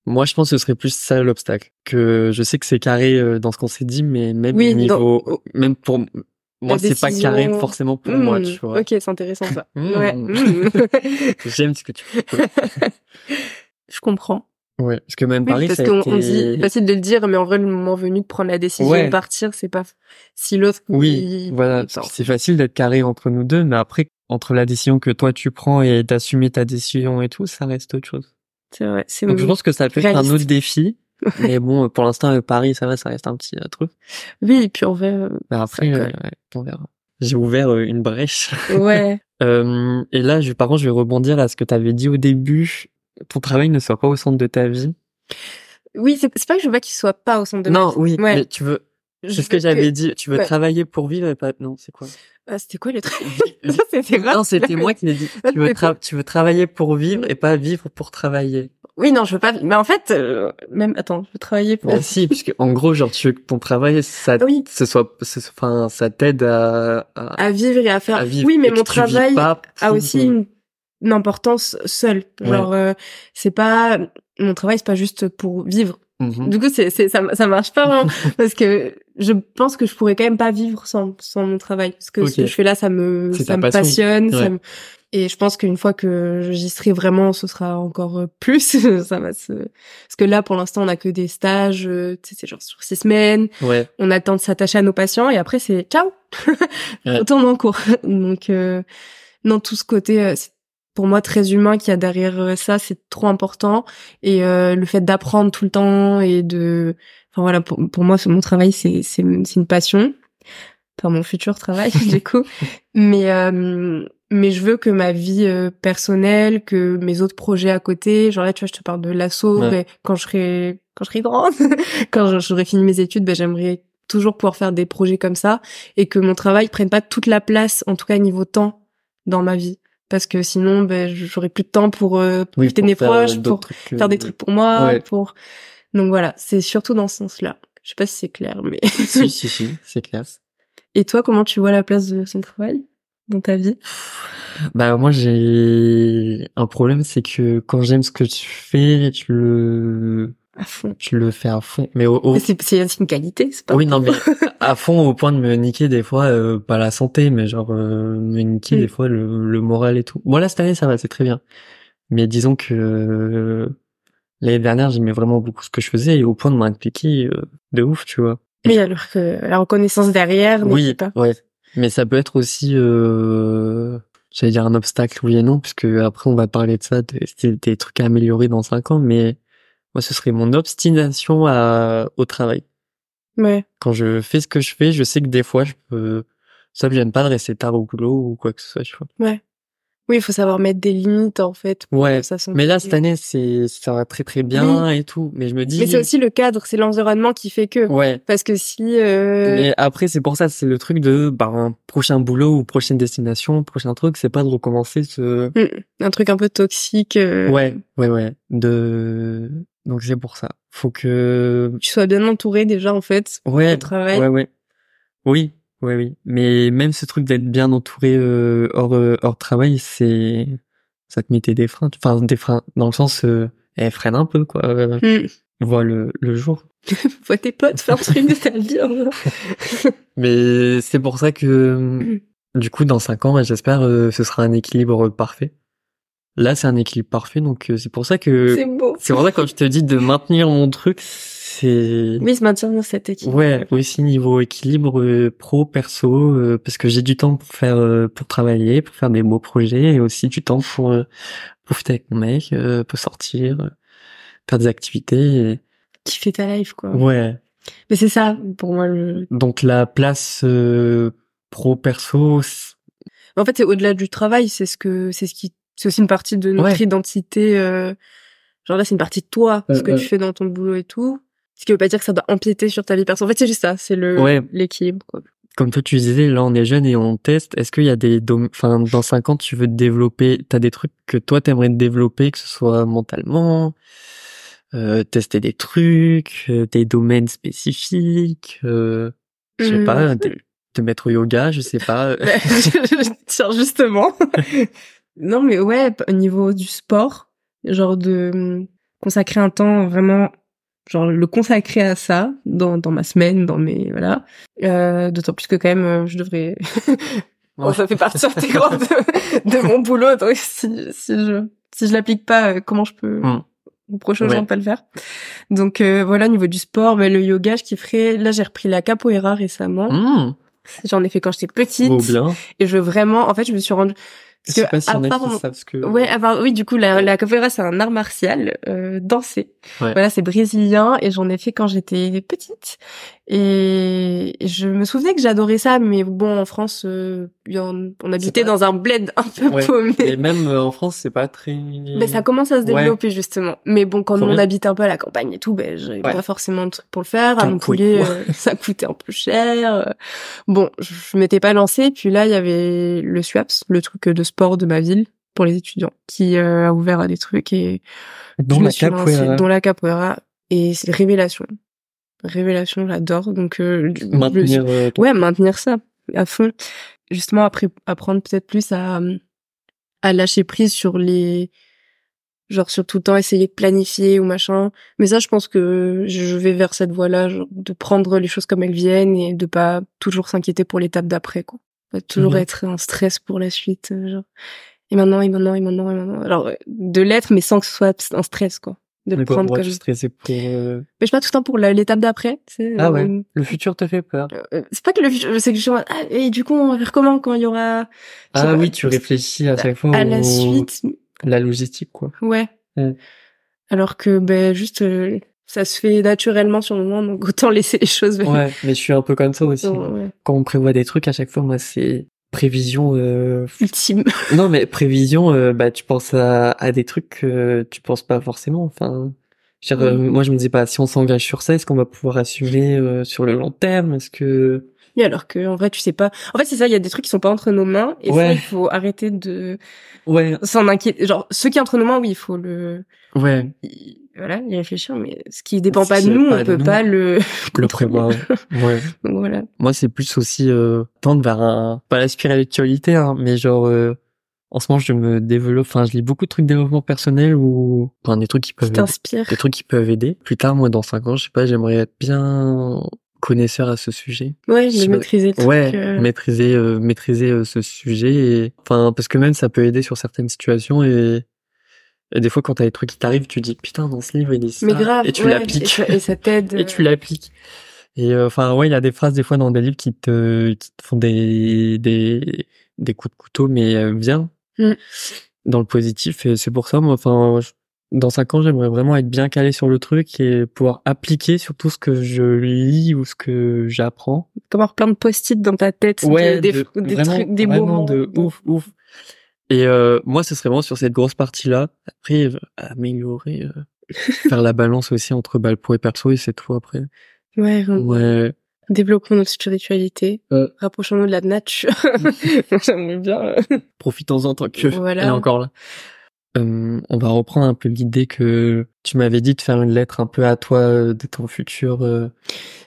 Speaker 2: Moi, je pense que ce serait plus ça l'obstacle. Que je sais que c'est carré euh, dans ce qu'on s'est dit, mais même
Speaker 3: Oui,
Speaker 2: niveau,
Speaker 3: dans-
Speaker 2: même pour moi, c'est pas
Speaker 3: décision-
Speaker 2: carré forcément pour moi,
Speaker 3: Hmm,
Speaker 2: tu vois.
Speaker 3: Ok, c'est intéressant ça.
Speaker 2: Hmm.
Speaker 3: Ouais. hmm.
Speaker 2: J'aime ce que tu
Speaker 3: Je comprends.
Speaker 2: Ouais, parce que même
Speaker 3: Oui,
Speaker 2: Paris,
Speaker 3: parce
Speaker 2: ça a
Speaker 3: qu'on
Speaker 2: été...
Speaker 3: on dit, facile de le dire, mais en vrai, le moment venu de prendre la décision
Speaker 2: Ouais.
Speaker 3: de partir, c'est pas si l'autre...
Speaker 2: Oui,
Speaker 3: il-
Speaker 2: voilà,
Speaker 3: il-
Speaker 2: c'est facile d'être carré entre nous deux, mais après, entre la décision que toi tu prends et d'assumer ta décision et tout, ça reste autre chose.
Speaker 3: C'est vrai, c'est
Speaker 2: Donc je pense que ça peut être un
Speaker 3: Réaliste.
Speaker 2: autre défi, mais bon, pour l'instant, euh, Paris, ça va, ça reste un petit euh, truc.
Speaker 3: Oui, et puis en vrai... euh,
Speaker 2: Mais après,
Speaker 3: Ça
Speaker 2: euh,
Speaker 3: colle.
Speaker 2: ouais, on verra. J'ai ouvert euh, une brèche.
Speaker 3: Ouais.
Speaker 2: Euh, et là, je, par contre, je vais rebondir à ce que tu avais dit au début. Ton travail ne soit pas au centre de ta vie.
Speaker 3: Oui, c'est c'est pas que je veux pas qu'il soit pas au centre de ma
Speaker 2: Non,
Speaker 3: vie.
Speaker 2: oui,
Speaker 3: Ouais.
Speaker 2: mais tu veux
Speaker 3: Je
Speaker 2: C'est ce que
Speaker 3: veux
Speaker 2: j'avais dit. Tu veux
Speaker 3: ouais.
Speaker 2: travailler pour vivre et pas. Non, c'est quoi
Speaker 3: Ah, c'était quoi le truc Ça, c'était grave.
Speaker 2: Non, c'était moi qui l'ai dit.
Speaker 3: Ah,
Speaker 2: Tu veux,
Speaker 3: c'est
Speaker 2: tra- tu veux travailler pour vivre et pas vivre pour travailler.
Speaker 3: Oui, non, je veux pas. Mais en fait, euh, même attends, je veux travailler pour.
Speaker 2: Bah, si, parce que, en gros, genre, tu veux que ton travail, ça,
Speaker 3: Oui.
Speaker 2: ce soit, ce soit- enfin, ça t'aide à, à,
Speaker 3: À vivre et à faire.
Speaker 2: à vivre.
Speaker 3: oui, mais
Speaker 2: et que
Speaker 3: mon
Speaker 2: tu vis
Speaker 3: travail
Speaker 2: pas
Speaker 3: a
Speaker 2: pour-
Speaker 3: aussi une, une importance seule. Genre, euh, c'est pas mon travail, c'est pas juste pour vivre.
Speaker 2: Mhm.
Speaker 3: Du coup, c'est c'est ça ça marche pas vraiment parce que je pense que je pourrais quand même pas vivre sans sans mon travail parce que
Speaker 2: Ok.
Speaker 3: ce que je fais là, ça me
Speaker 2: C'est
Speaker 3: ça
Speaker 2: ta
Speaker 3: me
Speaker 2: passion.
Speaker 3: passionne,
Speaker 2: Ouais.
Speaker 3: ça me Et je pense qu'une fois que j'y serai vraiment, ce sera encore euh, plus. ça va se... Parce que là, pour l'instant, on a que des stages, euh, tu sais, c'est genre sur six semaines.
Speaker 2: Ouais.
Speaker 3: On attend de s'attacher à nos patients et après, c'est ciao ouais. Retourne en cours. Donc, euh... non, tout ce côté, euh, pour moi, très humain qu'il y a derrière euh, ça, c'est trop important. Et euh, le fait d'apprendre tout le temps et de... Enfin voilà, pour, pour moi, mon travail, c'est une passion. Enfin, mon futur travail, du coup. Mais... Euh mais je veux que ma vie euh, personnelle, que mes autres projets à côté, genre là tu vois je te parle de l'assaut, ouais. mais quand je serai quand je serai grande, quand j'aurai fini mes études, ben j'aimerais toujours pouvoir faire des projets comme ça et que mon travail prenne pas toute la place, en tout cas niveau temps dans ma vie, parce que sinon ben j'aurai plus de temps pour euh, pour oui, pour mes proches, pour que...
Speaker 2: euh,
Speaker 3: faire des trucs pour moi, ouais. pour donc voilà c'est surtout dans ce sens-là. Je sais pas si c'est clair, mais
Speaker 2: si si si c'est clair.
Speaker 3: Et toi comment tu vois la place de son travail? dans ta vie
Speaker 2: Bah moi j'ai un problème, c'est que quand j'aime ce que tu fais, tu le
Speaker 3: à fond.
Speaker 2: Tu le fais à fond. Mais au, au...
Speaker 3: c'est une qualité, c'est pas.
Speaker 2: Oui non mais à fond au point de me niquer des fois euh, pas la santé, mais genre euh, me niquer mm. des fois le, le, moral et tout. Voilà bon, cette année ça va, c'est très bien. Mais disons que euh, l'année dernière j'aimais vraiment beaucoup ce que je faisais et au point de m'impliquer de ouf, tu vois.
Speaker 3: Mais alors que la reconnaissance derrière,
Speaker 2: oui,
Speaker 3: pas.
Speaker 2: ouais, mais ça peut être aussi, euh, j'allais dire un obstacle, oui et non, puisque après on va parler de ça, des, des trucs à améliorer dans cinq ans, mais moi ce serait mon obstination à, au travail.
Speaker 3: Ouais.
Speaker 2: Quand je fais ce que je fais, je sais que des fois je peux, ça me gêne pas de rester tard au boulot ou quoi que ce soit, tu vois.
Speaker 3: Ouais. Oui, il faut savoir mettre des limites en fait.
Speaker 2: Ouais. Ça mais là cette année, c'est ça va très très bien oui. et tout. Mais je me dis.
Speaker 3: Mais c'est aussi le cadre, c'est l'environnement qui fait que.
Speaker 2: Ouais.
Speaker 3: Parce que si. Euh...
Speaker 2: Mais après, c'est pour ça, c'est le truc de bah un prochain boulot ou prochaine destination, prochain truc, c'est pas de recommencer ce.
Speaker 3: Mmh. Un truc un peu toxique. Euh...
Speaker 2: Ouais, ouais, ouais. De donc c'est pour ça. Faut que.
Speaker 3: Tu sois bien entouré déjà en fait.
Speaker 2: Ouais.
Speaker 3: Au travail.
Speaker 2: Ouais, ouais. Oui, oui, oui. Mais même ce truc d'être bien entouré euh, hors, euh, hors travail, c'est ça te mettait des freins. Enfin, des freins dans le sens, euh, eh, freine un peu, quoi.
Speaker 3: Mm.
Speaker 2: Vois le, le jour.
Speaker 3: Vois tes potes faire un truc de ta vie. Hein.
Speaker 2: Mais c'est pour ça que, mm. du coup, dans cinq ans, j'espère, euh, ce sera un équilibre parfait. Là, c'est un équilibre parfait, donc euh, c'est pour ça que...
Speaker 3: C'est beau.
Speaker 2: C'est pour ça que quand je te dis de maintenir mon truc, c'est
Speaker 3: oui se maintenir dans cet équilibre
Speaker 2: ouais aussi niveau équilibre euh, pro perso euh, parce que j'ai du temps pour faire euh, pour travailler pour faire des beaux projets et aussi du temps pour euh, profiter avec mon mec euh, pour sortir faire des activités et...
Speaker 3: kiffer ta life quoi
Speaker 2: ouais
Speaker 3: mais c'est ça pour moi le
Speaker 2: donc la place euh, pro perso
Speaker 3: en fait c'est au-delà du travail c'est ce que c'est ce qui c'est aussi une partie de notre ouais. identité euh, genre là c'est une partie de toi
Speaker 2: Euh,
Speaker 3: ce que tu fais dans ton boulot et tout ce qui veut pas dire que ça doit empiéter sur ta vie perso. En fait, c'est juste ça, c'est le
Speaker 2: ouais.
Speaker 3: l'équilibre.
Speaker 2: Comme toi, tu disais, là, on est jeune et on teste. Est-ce qu'il y a des, dom... enfin, dans cinq ans, tu veux te développer, t'as des trucs que toi t'aimerais te développer, que ce soit mentalement, euh, tester des trucs, euh, des domaines spécifiques, euh, je sais mmh. pas, te, te mettre au yoga, je sais pas.
Speaker 3: Bah, Tiens, justement. non, mais ouais, au niveau du sport, genre de mm, consacrer un temps vraiment genre le consacrer à ça dans, dans ma semaine, dans mes voilà. Euh, D'autant plus que quand même, euh, je devrais. bon, ouais. ça fait partie intégrante de, de, mon boulot, donc si, si je si je l'applique pas, euh, comment je peux
Speaker 2: mm.
Speaker 3: reprocher aux ouais. gens de pas le faire Donc euh, voilà, au niveau du sport, mais le yoga, je kifferais. Là, j'ai repris la capoeira récemment.
Speaker 2: Mm.
Speaker 3: J'en ai fait quand j'étais petite.
Speaker 2: Oh, bien.
Speaker 3: Et je veux vraiment, en fait, je me suis rendue
Speaker 2: parce que, pas si à part, qui savent que...
Speaker 3: Ouais, à part, oui, du coup, la, la capoeira, c'est un art martial euh, dansé.
Speaker 2: Ouais.
Speaker 3: Voilà, c'est brésilien et j'en ai fait quand j'étais petite. Et je me souvenais que j'adorais ça, mais bon, en France, euh, on habitait pas... dans un bled un peu
Speaker 2: ouais.
Speaker 3: paumé.
Speaker 2: Et même euh, en France, c'est pas très...
Speaker 3: Mais Bah, Ben, ça commence à se développer, ouais. justement. Mais bon, quand Faut on bien. habite un peu à la campagne et tout, ben, j'avais pas forcément de truc pour le faire. À Montpellier, euh, ça coûtait un peu cher. Bon, je, je m'étais pas lancée. Puis là, il y avait le SWAPS, le truc de sport de ma ville pour les étudiants qui euh, a ouvert à des trucs et
Speaker 2: dans la euh, capoeira
Speaker 3: dans la capoeira et c'est révélation révélation j'adore donc euh,
Speaker 2: maintenir
Speaker 3: je... ouais maintenir ça à fond justement après apprendre peut-être plus à euh, à lâcher prise sur les genre sur tout le temps essayer de planifier ou machin mais ça je pense que je vais vers cette voie là genre, de prendre les choses comme elles viennent et de pas
Speaker 2: Mhm.
Speaker 3: toujours s'inquiéter pour l'étape d'après quoi toujours mmh. être en stress pour la suite. Genre. et maintenant, et maintenant, et maintenant, et maintenant. Alors, euh, de l'être, mais sans que ce soit un stress, quoi. De le
Speaker 2: Mais pourquoi
Speaker 3: prendre
Speaker 2: pourquoi
Speaker 3: comme...
Speaker 2: tu stressais pour euh,
Speaker 3: Mais je sais pas, tout le temps pour la- l'étape d'après, tu sais.
Speaker 2: Ah
Speaker 3: euh,
Speaker 2: ouais. le futur te fait peur
Speaker 3: euh, c'est pas que le futur, c'est que je suis en mode, ah, et du coup, on va faire comment quand il y aura... je
Speaker 2: Ah
Speaker 3: sais pas,
Speaker 2: oui, tu réfléchis Bah, à chaque fois
Speaker 3: À la
Speaker 2: au-
Speaker 3: suite,
Speaker 2: la logistique quoi.
Speaker 3: ouais.
Speaker 2: Oh. Ouais.
Speaker 3: Alors que, ben, juste, euh, ça se fait naturellement sur le moment, donc autant laisser les choses venir.
Speaker 2: Ouais, mais je suis un peu comme ça aussi. hein.
Speaker 3: Donc, ouais.
Speaker 2: Quand on prévoit des trucs à chaque fois, moi c'est prévision. euh,
Speaker 3: Ultime.
Speaker 2: Non mais prévision, euh, bah tu penses à, à des trucs que tu penses pas forcément. Enfin, je veux dire, euh, moi je me disais pas si on s'engage sur ça, est-ce qu'on va pouvoir assumer euh, sur le long terme Est-ce que
Speaker 3: Et alors que, en vrai, tu sais pas. En fait, c'est ça, il y a des trucs qui sont pas entre nos mains, et ça,
Speaker 2: Ouais.
Speaker 3: il faut arrêter de
Speaker 2: ouais
Speaker 3: s'en inquiéter. Genre, ce qui est entre nos mains, oui, il faut le,
Speaker 2: ouais
Speaker 3: y- voilà, y réfléchir, mais ce qui dépend
Speaker 2: Ce
Speaker 3: pas
Speaker 2: qui
Speaker 3: de nous,
Speaker 2: dépend pas
Speaker 3: on
Speaker 2: de
Speaker 3: peut
Speaker 2: nous.
Speaker 3: pas le,
Speaker 2: le prévoir. ouais.
Speaker 3: Donc, voilà.
Speaker 2: Moi, c'est plus aussi euh, tendre vers un pas la spiritualité, hein, mais genre euh, en ce moment, je me développe. Enfin, je lis beaucoup de trucs de développement personnel ou enfin des trucs qui peuvent
Speaker 3: Qui t'inspire.
Speaker 2: des trucs qui peuvent aider. Plus tard, moi, dans cinq ans, je sais pas, j'aimerais être bien connaisseur à ce sujet.
Speaker 3: Ouais,
Speaker 2: je sais
Speaker 3: de
Speaker 2: pas-
Speaker 3: maîtriser le
Speaker 2: Ouais,
Speaker 3: truc. euh,
Speaker 2: maîtriser euh, maîtriser euh, ce sujet. Et... Enfin, parce que même ça peut aider sur certaines situations et, et des fois, quand t'as des trucs qui t'arrivent, tu dis putain, dans ce livre, il dit ça.
Speaker 3: Mais grave.
Speaker 2: et tu
Speaker 3: ouais, Et
Speaker 2: l'appliques.
Speaker 3: ça, et ça t'aide.
Speaker 2: et tu l'appliques. Et euh, enfin ouais, il y a des phrases des fois dans des livres qui te, qui te font des, des des coups de couteau, mais euh, bien
Speaker 3: Mm.
Speaker 2: dans le positif. Et c'est pour ça, moi, enfin, je- dans cinq ans, j'aimerais vraiment être bien calé sur le truc et pouvoir appliquer sur tout ce que je lis ou ce que j'apprends.
Speaker 3: Comme avoir plein de post-it dans ta tête. de- des,
Speaker 2: de-
Speaker 3: des
Speaker 2: vraiment-
Speaker 3: trucs, des
Speaker 2: vraiment
Speaker 3: moments.
Speaker 2: de ouf, ouf. Et euh, moi, ce serait vraiment sur cette grosse partie-là. Après, euh, améliorer, euh, faire la balance aussi entre bah, le pro et perso, et c'est tout après.
Speaker 3: Ouais, vraiment.
Speaker 2: Ouais.
Speaker 3: Développons notre spiritualité.
Speaker 2: Euh.
Speaker 3: Rapprochons-nous de la nature. J'aimerais bien. euh,
Speaker 2: profitons-en tant que
Speaker 3: Voilà.
Speaker 2: elle est encore là. Euh, on va reprendre un peu l'idée que tu m'avais dit de faire une lettre un peu à toi euh, de ton futur. euh.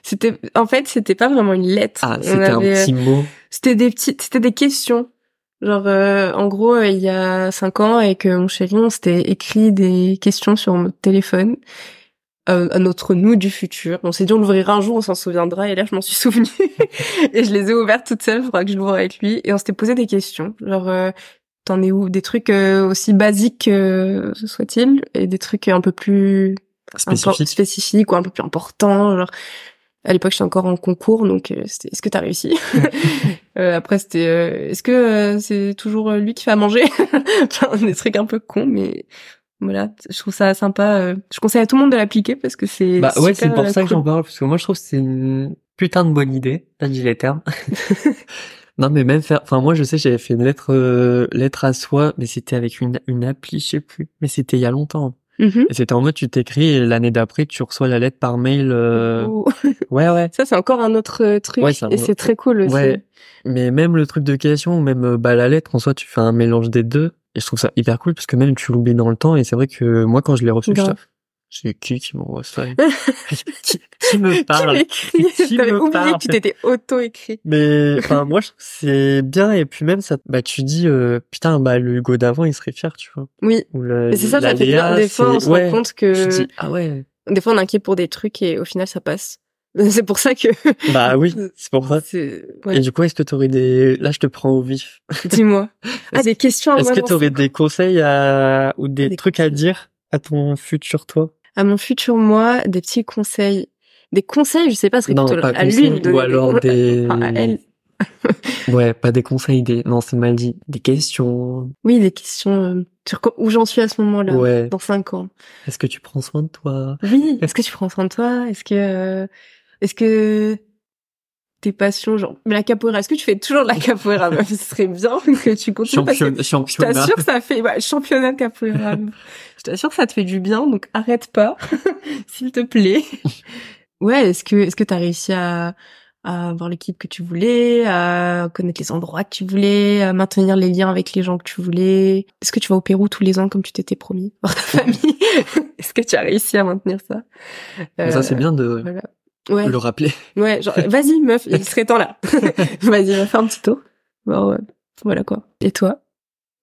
Speaker 3: C'était, en fait, c'était pas vraiment une lettre.
Speaker 2: Ah,
Speaker 3: On
Speaker 2: c'était
Speaker 3: avait- euh,
Speaker 2: un petit mot.
Speaker 3: C'était des petites, c'était des questions. Genre, euh, en gros, euh, il y a cinq ans, avec euh, mon chéri, on s'était écrit des questions sur notre téléphone euh, à notre nous du futur. On s'est dit on l'ouvrira un jour, on s'en souviendra. Et là, je m'en suis souvenue et je les ai ouvertes toutes seules. Faudra que je l'ouvre avec lui. Et on s'était posé des questions. Genre, euh, t'en es où Des trucs euh, aussi basiques euh, soit-il, et des trucs un peu plus impor-
Speaker 2: Spécifique.
Speaker 3: spécifique ou un peu plus important. Genre, à l'époque, j'étais encore en concours, donc euh, c'était est-ce que t'as réussi Euh, Après, c'était euh, est-ce que euh, c'est toujours euh, lui qui fait à manger Enfin, des trucs un peu cons, mais voilà, je trouve ça sympa. euh, Je conseille à tout le monde de l'appliquer parce que c'est
Speaker 2: Bah ouais, c'est
Speaker 3: super,
Speaker 2: pour
Speaker 3: euh,
Speaker 2: ça que
Speaker 3: cool.
Speaker 2: j'en parle parce que moi je trouve que c'est une putain de bonne idée. Là, j'ai les termes. non, mais même faire. Enfin, moi je sais, j'avais fait une lettre euh, lettre à soi, mais c'était avec une une appli, je sais plus. Mais c'était il y a longtemps.
Speaker 3: Mhm.
Speaker 2: Et c'était en mode tu t'écris et l'année d'après tu reçois la lettre par mail. euh,
Speaker 3: Ou-
Speaker 2: Ouais, ouais.
Speaker 3: Ça, c'est encore un autre euh, truc
Speaker 2: Ouais, c'est un
Speaker 3: et
Speaker 2: autre-
Speaker 3: c'est très cool aussi.
Speaker 2: Ouais, mais même le truc de question, même euh, bah, la lettre, en soi, tu fais un mélange des deux. Et je trouve ça hyper cool parce que même tu l'oublies dans le temps. Et c'est vrai que moi, quand je l'ai reçu,
Speaker 3: Grave.
Speaker 2: j'étais, c'est qui qui m'envoie ça qui, qui me
Speaker 3: Tu
Speaker 2: parle Qui
Speaker 3: m'écris, t'avais
Speaker 2: me
Speaker 3: oublié
Speaker 2: parle
Speaker 3: que tu t'étais auto-écrit.
Speaker 2: Mais enfin, moi, je trouve que c'est bien. Et puis même, ça, bah, tu dis, euh, putain, bah, le Hugo d'avant, il serait fier, tu vois.
Speaker 3: Oui.
Speaker 2: Ou la,
Speaker 3: Et c'est ça,
Speaker 2: la
Speaker 3: ça fait
Speaker 2: Euh, Léa,
Speaker 3: bien. Des fois, on
Speaker 2: c'est-
Speaker 3: se
Speaker 2: ouais.
Speaker 3: rend compte
Speaker 2: Tu
Speaker 3: que
Speaker 2: dis, ah ouais,
Speaker 3: des fois, on est inquiet pour des trucs et au final, ça passe. C'est pour ça que
Speaker 2: bah oui, c'est pour ça.
Speaker 3: c'est.
Speaker 2: Et
Speaker 3: Ouais.
Speaker 2: du coup, est-ce que t'aurais des, là, je te prends au vif.
Speaker 3: Dis-moi. Ah,
Speaker 2: Est-ce-
Speaker 3: des questions à
Speaker 2: Est-ce
Speaker 3: moi
Speaker 2: que
Speaker 3: dans
Speaker 2: tu aurais des conseils à... ou des,
Speaker 3: Des
Speaker 2: trucs à dire à ton futur toi
Speaker 3: à mon futur moi des petits conseils. Des conseils, je sais pas ce que
Speaker 2: Non,
Speaker 3: plutôt
Speaker 2: pas
Speaker 3: à
Speaker 2: conseils,
Speaker 3: lui de donner
Speaker 2: ou alors des.
Speaker 3: Enfin, à elle.
Speaker 2: Ouais, pas des conseils, des. Non, c'est mal dit. Des questions.
Speaker 3: Oui, des questions euh, sur co- où j'en suis à ce moment-là
Speaker 2: Ouais.
Speaker 3: dans cinq ans.
Speaker 2: Est-ce que tu prends soin de toi
Speaker 3: Oui, est-ce que tu prends soin de toi Est-ce que euh, est-ce que tes passions genre mais la capoeira, est-ce que tu fais toujours de la capoeira meuf Ce serait bien que tu continues parce
Speaker 2: Champion...
Speaker 3: que je
Speaker 2: Championnat.
Speaker 3: t'assure que ça fait ouais, championnat de capoeira. meuf. je t'assure que ça te fait du bien donc arrête pas s'il te plaît. Ouais, est-ce que est-ce que t'as réussi à à avoir l'équipe que tu voulais, à connaître les endroits que tu voulais, à maintenir les liens avec les gens que tu voulais. Est-ce que tu vas au Pérou tous les ans comme tu t'étais promis voir ta famille Est-ce que tu as réussi à maintenir ça
Speaker 2: Bon, Ça, c'est bien de
Speaker 3: voilà. euh, Ouais,
Speaker 2: le rappeler.
Speaker 3: ouais, genre, vas-y meuf, il serait temps là. vas-y, va faire un petit tour. Bon, ouais. voilà quoi. Et toi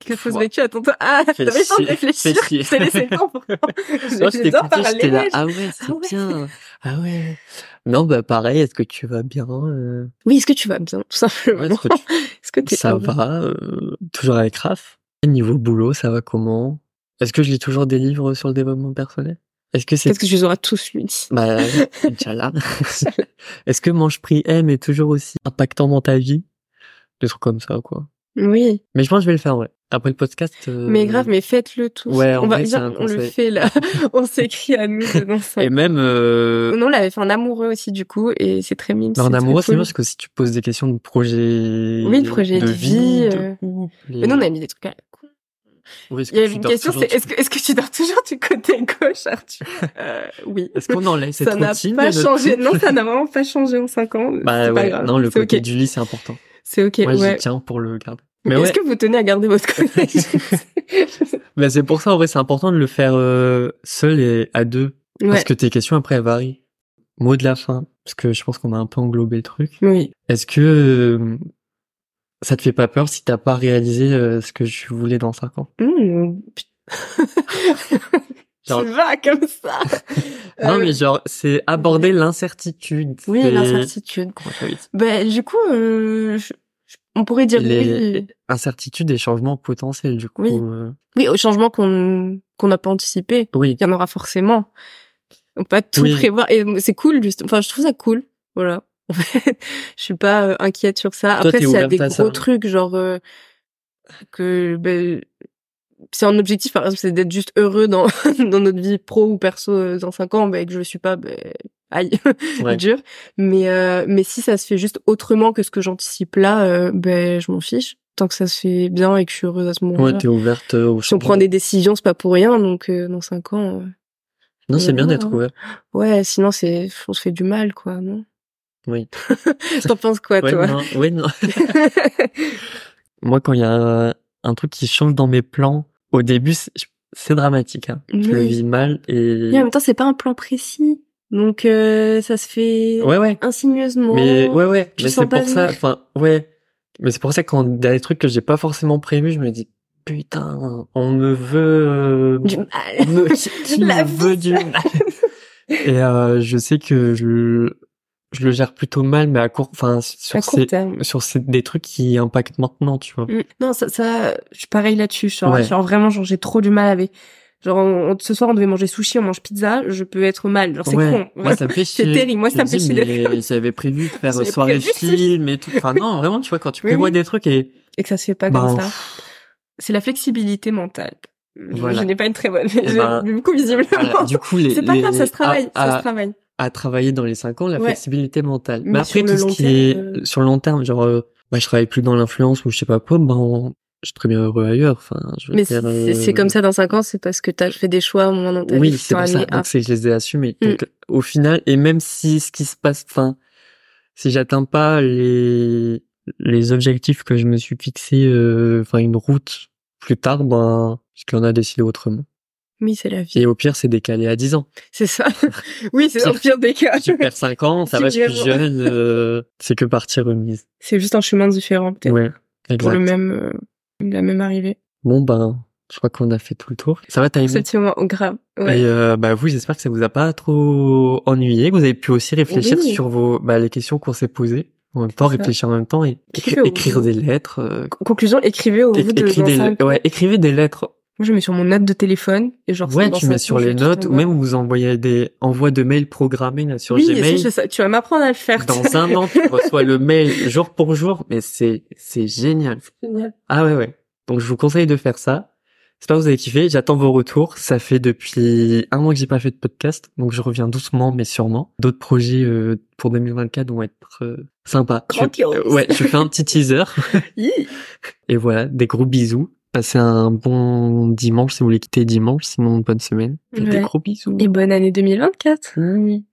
Speaker 3: que fausse
Speaker 2: Ouah.
Speaker 3: vécu à ton tour Ah, t'avais le temps de réfléchir. Je t'ai laissé le temps pour.
Speaker 2: Non, je t'ai
Speaker 3: J'adore
Speaker 2: écouté, j'étais là.
Speaker 3: parler.
Speaker 2: Ah ouais, c'est
Speaker 3: Ah ouais.
Speaker 2: bien. Ah ouais. Non, bah pareil, est-ce que tu vas bien euh,
Speaker 3: Oui, est-ce que tu vas bien, tout
Speaker 2: ouais,
Speaker 3: simplement
Speaker 2: est-ce que tu-
Speaker 3: ah Est-ce que t'es
Speaker 2: Ça
Speaker 3: heureux
Speaker 2: va. euh, Toujours avec Raph. Niveau boulot, ça va comment Est-ce que je lis toujours des livres sur le développement personnel Est-ce que c'est
Speaker 3: Peut-être que je les aurais tous lus.
Speaker 2: bah, Inch'Allah. Est-ce que Mange Prix M est toujours aussi impactant dans ta vie Des trucs comme ça, quoi.
Speaker 3: Oui.
Speaker 2: Mais je pense que je vais le faire, ouais. Après le podcast. euh,
Speaker 3: Mais grave, mais faites-le tous.
Speaker 2: Ouais, en
Speaker 3: on va
Speaker 2: vrai, c'est
Speaker 3: dire,
Speaker 2: un
Speaker 3: on le
Speaker 2: conseil.
Speaker 3: fait là. on s'écrit à nous dedans.
Speaker 2: Et même. Euh...
Speaker 3: Non, on l'avait fait en amoureux aussi du coup, et c'est très mignon.
Speaker 2: bah, en
Speaker 3: très
Speaker 2: amoureux, c'est
Speaker 3: cool.
Speaker 2: bien parce que si tu poses des questions de projet.
Speaker 3: Oui, le projet de, vie.
Speaker 2: de-
Speaker 3: euh,
Speaker 2: les-
Speaker 3: Mais non, on a mis des trucs à la con.
Speaker 2: Oui, est-ce
Speaker 3: Il y
Speaker 2: que
Speaker 3: a
Speaker 2: tu
Speaker 3: une
Speaker 2: dors
Speaker 3: question,
Speaker 2: toujours
Speaker 3: c'est est-ce que, est-ce que tu dors toujours du côté gauche, Arthur euh, Oui.
Speaker 2: Est-ce qu'on enlève cette
Speaker 3: Ça n'a
Speaker 2: routine
Speaker 3: pas
Speaker 2: de notre
Speaker 3: changé.
Speaker 2: couple
Speaker 3: Non, ça n'a vraiment pas changé en 5 ans.
Speaker 2: Bah
Speaker 3: c'est pas
Speaker 2: ouais,
Speaker 3: grave.
Speaker 2: non, le
Speaker 3: c'est
Speaker 2: côté
Speaker 3: ok.
Speaker 2: du lit, c'est important.
Speaker 3: C'est ok.
Speaker 2: Moi,
Speaker 3: ouais.
Speaker 2: j'y tiens pour le garder.
Speaker 3: Mais
Speaker 2: Mais
Speaker 3: Est-ce
Speaker 2: ouais,
Speaker 3: que vous tenez à garder votre côté
Speaker 2: bah, c'est pour ça, en vrai, c'est important de le faire euh, seul et à deux. Parce
Speaker 3: Ouais.
Speaker 2: que tes questions, après, elles varient. Mot de la fin, parce que je pense qu'on a un peu englobé le truc.
Speaker 3: Oui.
Speaker 2: Est-ce que euh, ça te fait pas peur si t'as pas réalisé euh, ce que je voulais dans cinq ans
Speaker 3: Mmh. Tu
Speaker 2: Genre-
Speaker 3: vas comme ça.
Speaker 2: Non,
Speaker 3: Euh,
Speaker 2: mais genre, c'est aborder l'incertitude.
Speaker 3: Oui,
Speaker 2: c'est-
Speaker 3: l'incertitude.
Speaker 2: Comment ça, oui.
Speaker 3: Bah, du coup, euh, je- je- on pourrait dire
Speaker 2: Les-
Speaker 3: oui.
Speaker 2: Incertitude et changement potentiel, du coup.
Speaker 3: Oui.
Speaker 2: euh,
Speaker 3: Oui, au changement qu'on qu'on n'a pas anticipé,
Speaker 2: oui.
Speaker 3: il y en aura forcément. On peut pas tout
Speaker 2: Oui.
Speaker 3: prévoir et c'est cool juste. Enfin, je trouve ça cool. Voilà. En fait, je suis pas euh, inquiète sur ça.
Speaker 2: Toi,
Speaker 3: Après,
Speaker 2: t'es
Speaker 3: s'il y a
Speaker 2: ouverte
Speaker 3: des
Speaker 2: à
Speaker 3: gros
Speaker 2: ça.
Speaker 3: trucs genre euh, que ben, c'est un objectif par exemple, c'est d'être juste heureux dans dans notre vie pro ou perso euh, dans cinq ans, ben et que je le suis pas, ben aïe,
Speaker 2: Ouais.
Speaker 3: dur. Mais euh, mais si ça se fait juste autrement que ce que j'anticipe là, euh, ben je m'en fiche. Tant que ça se fait bien et que je suis heureuse à ce moment-là.
Speaker 2: Ouais, t'es ouverte euh, au
Speaker 3: si on
Speaker 2: changement.
Speaker 3: prend des décisions, c'est pas pour rien. Donc euh, dans cinq ans, euh,
Speaker 2: Non, c'est bien
Speaker 3: Ouais.
Speaker 2: d'être ouvert.
Speaker 3: ouais, sinon c'est on se fait du mal, quoi, non
Speaker 2: Oui.
Speaker 3: T'en penses quoi,
Speaker 2: Ouais,
Speaker 3: toi
Speaker 2: non, ouais, non. Moi, quand il y a un, un truc qui change dans mes plans, au début, c'est c'est dramatique. Hein. Je le
Speaker 3: Oui.
Speaker 2: vis mal et...
Speaker 3: Mais en même temps, c'est pas un plan précis, donc euh, ça se fait
Speaker 2: Ouais, ouais.
Speaker 3: insignieusement.
Speaker 2: Mais ouais, ouais.
Speaker 3: tu
Speaker 2: Mais
Speaker 3: sens
Speaker 2: c'est
Speaker 3: pas
Speaker 2: pour ça.
Speaker 3: venir.
Speaker 2: Enfin, ouais. Mais c'est pour ça que quand il y a des trucs que j'ai pas forcément prévus, je me dis putain, on me veut. euh,
Speaker 3: Du mal.
Speaker 2: on me- qui- qui
Speaker 3: La
Speaker 2: me
Speaker 3: vie,
Speaker 2: veut du mal Et euh, je sais que je je le gère plutôt mal, mais à court, enfin sur
Speaker 3: À court
Speaker 2: ces Mm.
Speaker 3: terme.
Speaker 2: sur ces des trucs qui impactent maintenant, tu vois.
Speaker 3: Mm. Non, ça, ça, je suis pareil là-dessus. Genre,
Speaker 2: Ouais.
Speaker 3: genre vraiment, genre j'ai trop du mal avec. Genre, on- on- ce soir, on devait manger sushi, on mange pizza, je peux être mal. Genre, c'est
Speaker 2: Ouais.
Speaker 3: con.
Speaker 2: Moi, ça me fait
Speaker 3: C'est
Speaker 2: chier.
Speaker 3: terrible. Moi,
Speaker 2: Je
Speaker 3: ça me
Speaker 2: me
Speaker 3: fait
Speaker 2: dis,
Speaker 3: chier.
Speaker 2: mais j'avais prévu de faire
Speaker 3: J'avais
Speaker 2: soirée
Speaker 3: prévu ce-
Speaker 2: film et tout. Enfin, non, vraiment, tu vois, quand tu
Speaker 3: Oui,
Speaker 2: prévois
Speaker 3: oui.
Speaker 2: des trucs et
Speaker 3: Et que ça se fait pas
Speaker 2: ben,
Speaker 3: comme ça. C'est la flexibilité mentale. Je,
Speaker 2: Voilà.
Speaker 3: je n'ai pas une très bonne.
Speaker 2: Eh ben,
Speaker 3: du coup, visiblement.
Speaker 2: voilà. du coup, les,
Speaker 3: C'est pas
Speaker 2: les-
Speaker 3: grave, ça se travaille.
Speaker 2: à-
Speaker 3: ça
Speaker 2: à-
Speaker 3: se travaille.
Speaker 2: à travailler dans les cinq ans la
Speaker 3: Ouais.
Speaker 2: flexibilité mentale. Mais,
Speaker 3: Mais
Speaker 2: après
Speaker 3: sur
Speaker 2: tout
Speaker 3: le
Speaker 2: ce
Speaker 3: long
Speaker 2: qui
Speaker 3: terme,
Speaker 2: est
Speaker 3: euh,
Speaker 2: sur le long terme, genre euh, bah je travaille plus dans l'influence ou je sais pas quoi, ben on- je suis très bien heureux ailleurs. Enfin, je veux
Speaker 3: Mais
Speaker 2: dire,
Speaker 3: c'est c'est
Speaker 2: euh,
Speaker 3: comme ça dans 5 ans, c'est parce que t'as fait des choix au moment dans ta vie
Speaker 2: Oui,
Speaker 3: qui
Speaker 2: c'est
Speaker 3: t'ont
Speaker 2: pour ça.
Speaker 3: amené à.
Speaker 2: Donc c'est que je les ai assumés.
Speaker 3: Mm.
Speaker 2: Donc au final, et même si ce qui se passe, enfin, si j'atteins pas les les objectifs que je me suis fixés, euh, enfin une route plus tard, ben parce qu'on a décidé autrement.
Speaker 3: Oui, c'est la vie.
Speaker 2: Et au pire, c'est décalé à 10 ans.
Speaker 3: C'est ça. oui, c'est dans le pire des cas.
Speaker 2: Tu perds 5 ans, ça va, je suis
Speaker 3: Vraiment.
Speaker 2: jeune, euh, c'est que partie remise.
Speaker 3: C'est juste un chemin différent, peut-être,
Speaker 2: Ouais,
Speaker 3: pour
Speaker 2: exact.
Speaker 3: le même, euh, la même arrivée.
Speaker 2: Bon ben, je crois qu'on a fait tout le tour. Ça va, t'as aimé
Speaker 3: Ce petit moment oh, grave. Ouais.
Speaker 2: Et euh, bah vous, j'espère que ça vous a pas trop ennuyé, que vous avez pu aussi réfléchir
Speaker 3: Oui.
Speaker 2: sur vos bah, les questions qu'on s'est posées en même temps,
Speaker 3: C'est ça.
Speaker 2: réfléchir en même temps et écri-
Speaker 3: Écrivez au
Speaker 2: écrire
Speaker 3: bout.
Speaker 2: des lettres. euh,
Speaker 3: Conclusion, écrivez au bout
Speaker 2: éc-
Speaker 3: de
Speaker 2: écri-
Speaker 3: dans
Speaker 2: des-
Speaker 3: cinq ans.
Speaker 2: ouais, écrivez des lettres.
Speaker 3: Moi, je mets sur mon note de téléphone et genre.
Speaker 2: ouais,
Speaker 3: dans
Speaker 2: tu
Speaker 3: cinq
Speaker 2: mets
Speaker 3: ans,
Speaker 2: sur
Speaker 3: je
Speaker 2: les
Speaker 3: te
Speaker 2: notes ou
Speaker 3: renvoie.
Speaker 2: même vous envoyez des envois de mails programmés là, sur
Speaker 3: Oui,
Speaker 2: Gmail.
Speaker 3: ça, je sais, tu vas m'apprendre à le faire.
Speaker 2: Dans un an, tu reçois le mail jour pour jour, mais c'est c'est génial.
Speaker 3: Génial.
Speaker 2: Ah ouais, ouais. Donc je vous conseille de faire ça. J'espère que vous avez kiffé. J'attends vos retours. Ça fait depuis un mois que j'ai pas fait de podcast, donc je reviens doucement mais sûrement. D'autres projets euh, pour 2024 vont être euh, sympas. Je-
Speaker 3: Grandiose.
Speaker 2: euh, ouais, je fais un petit teaser.
Speaker 3: Hi.
Speaker 2: Et voilà, des gros bisous. Passez un bon dimanche si vous voulez quitter dimanche, sinon bonne semaine. Et Des
Speaker 3: Ouais.
Speaker 2: gros bisous.
Speaker 3: Et bonne année 2024.
Speaker 2: Oui.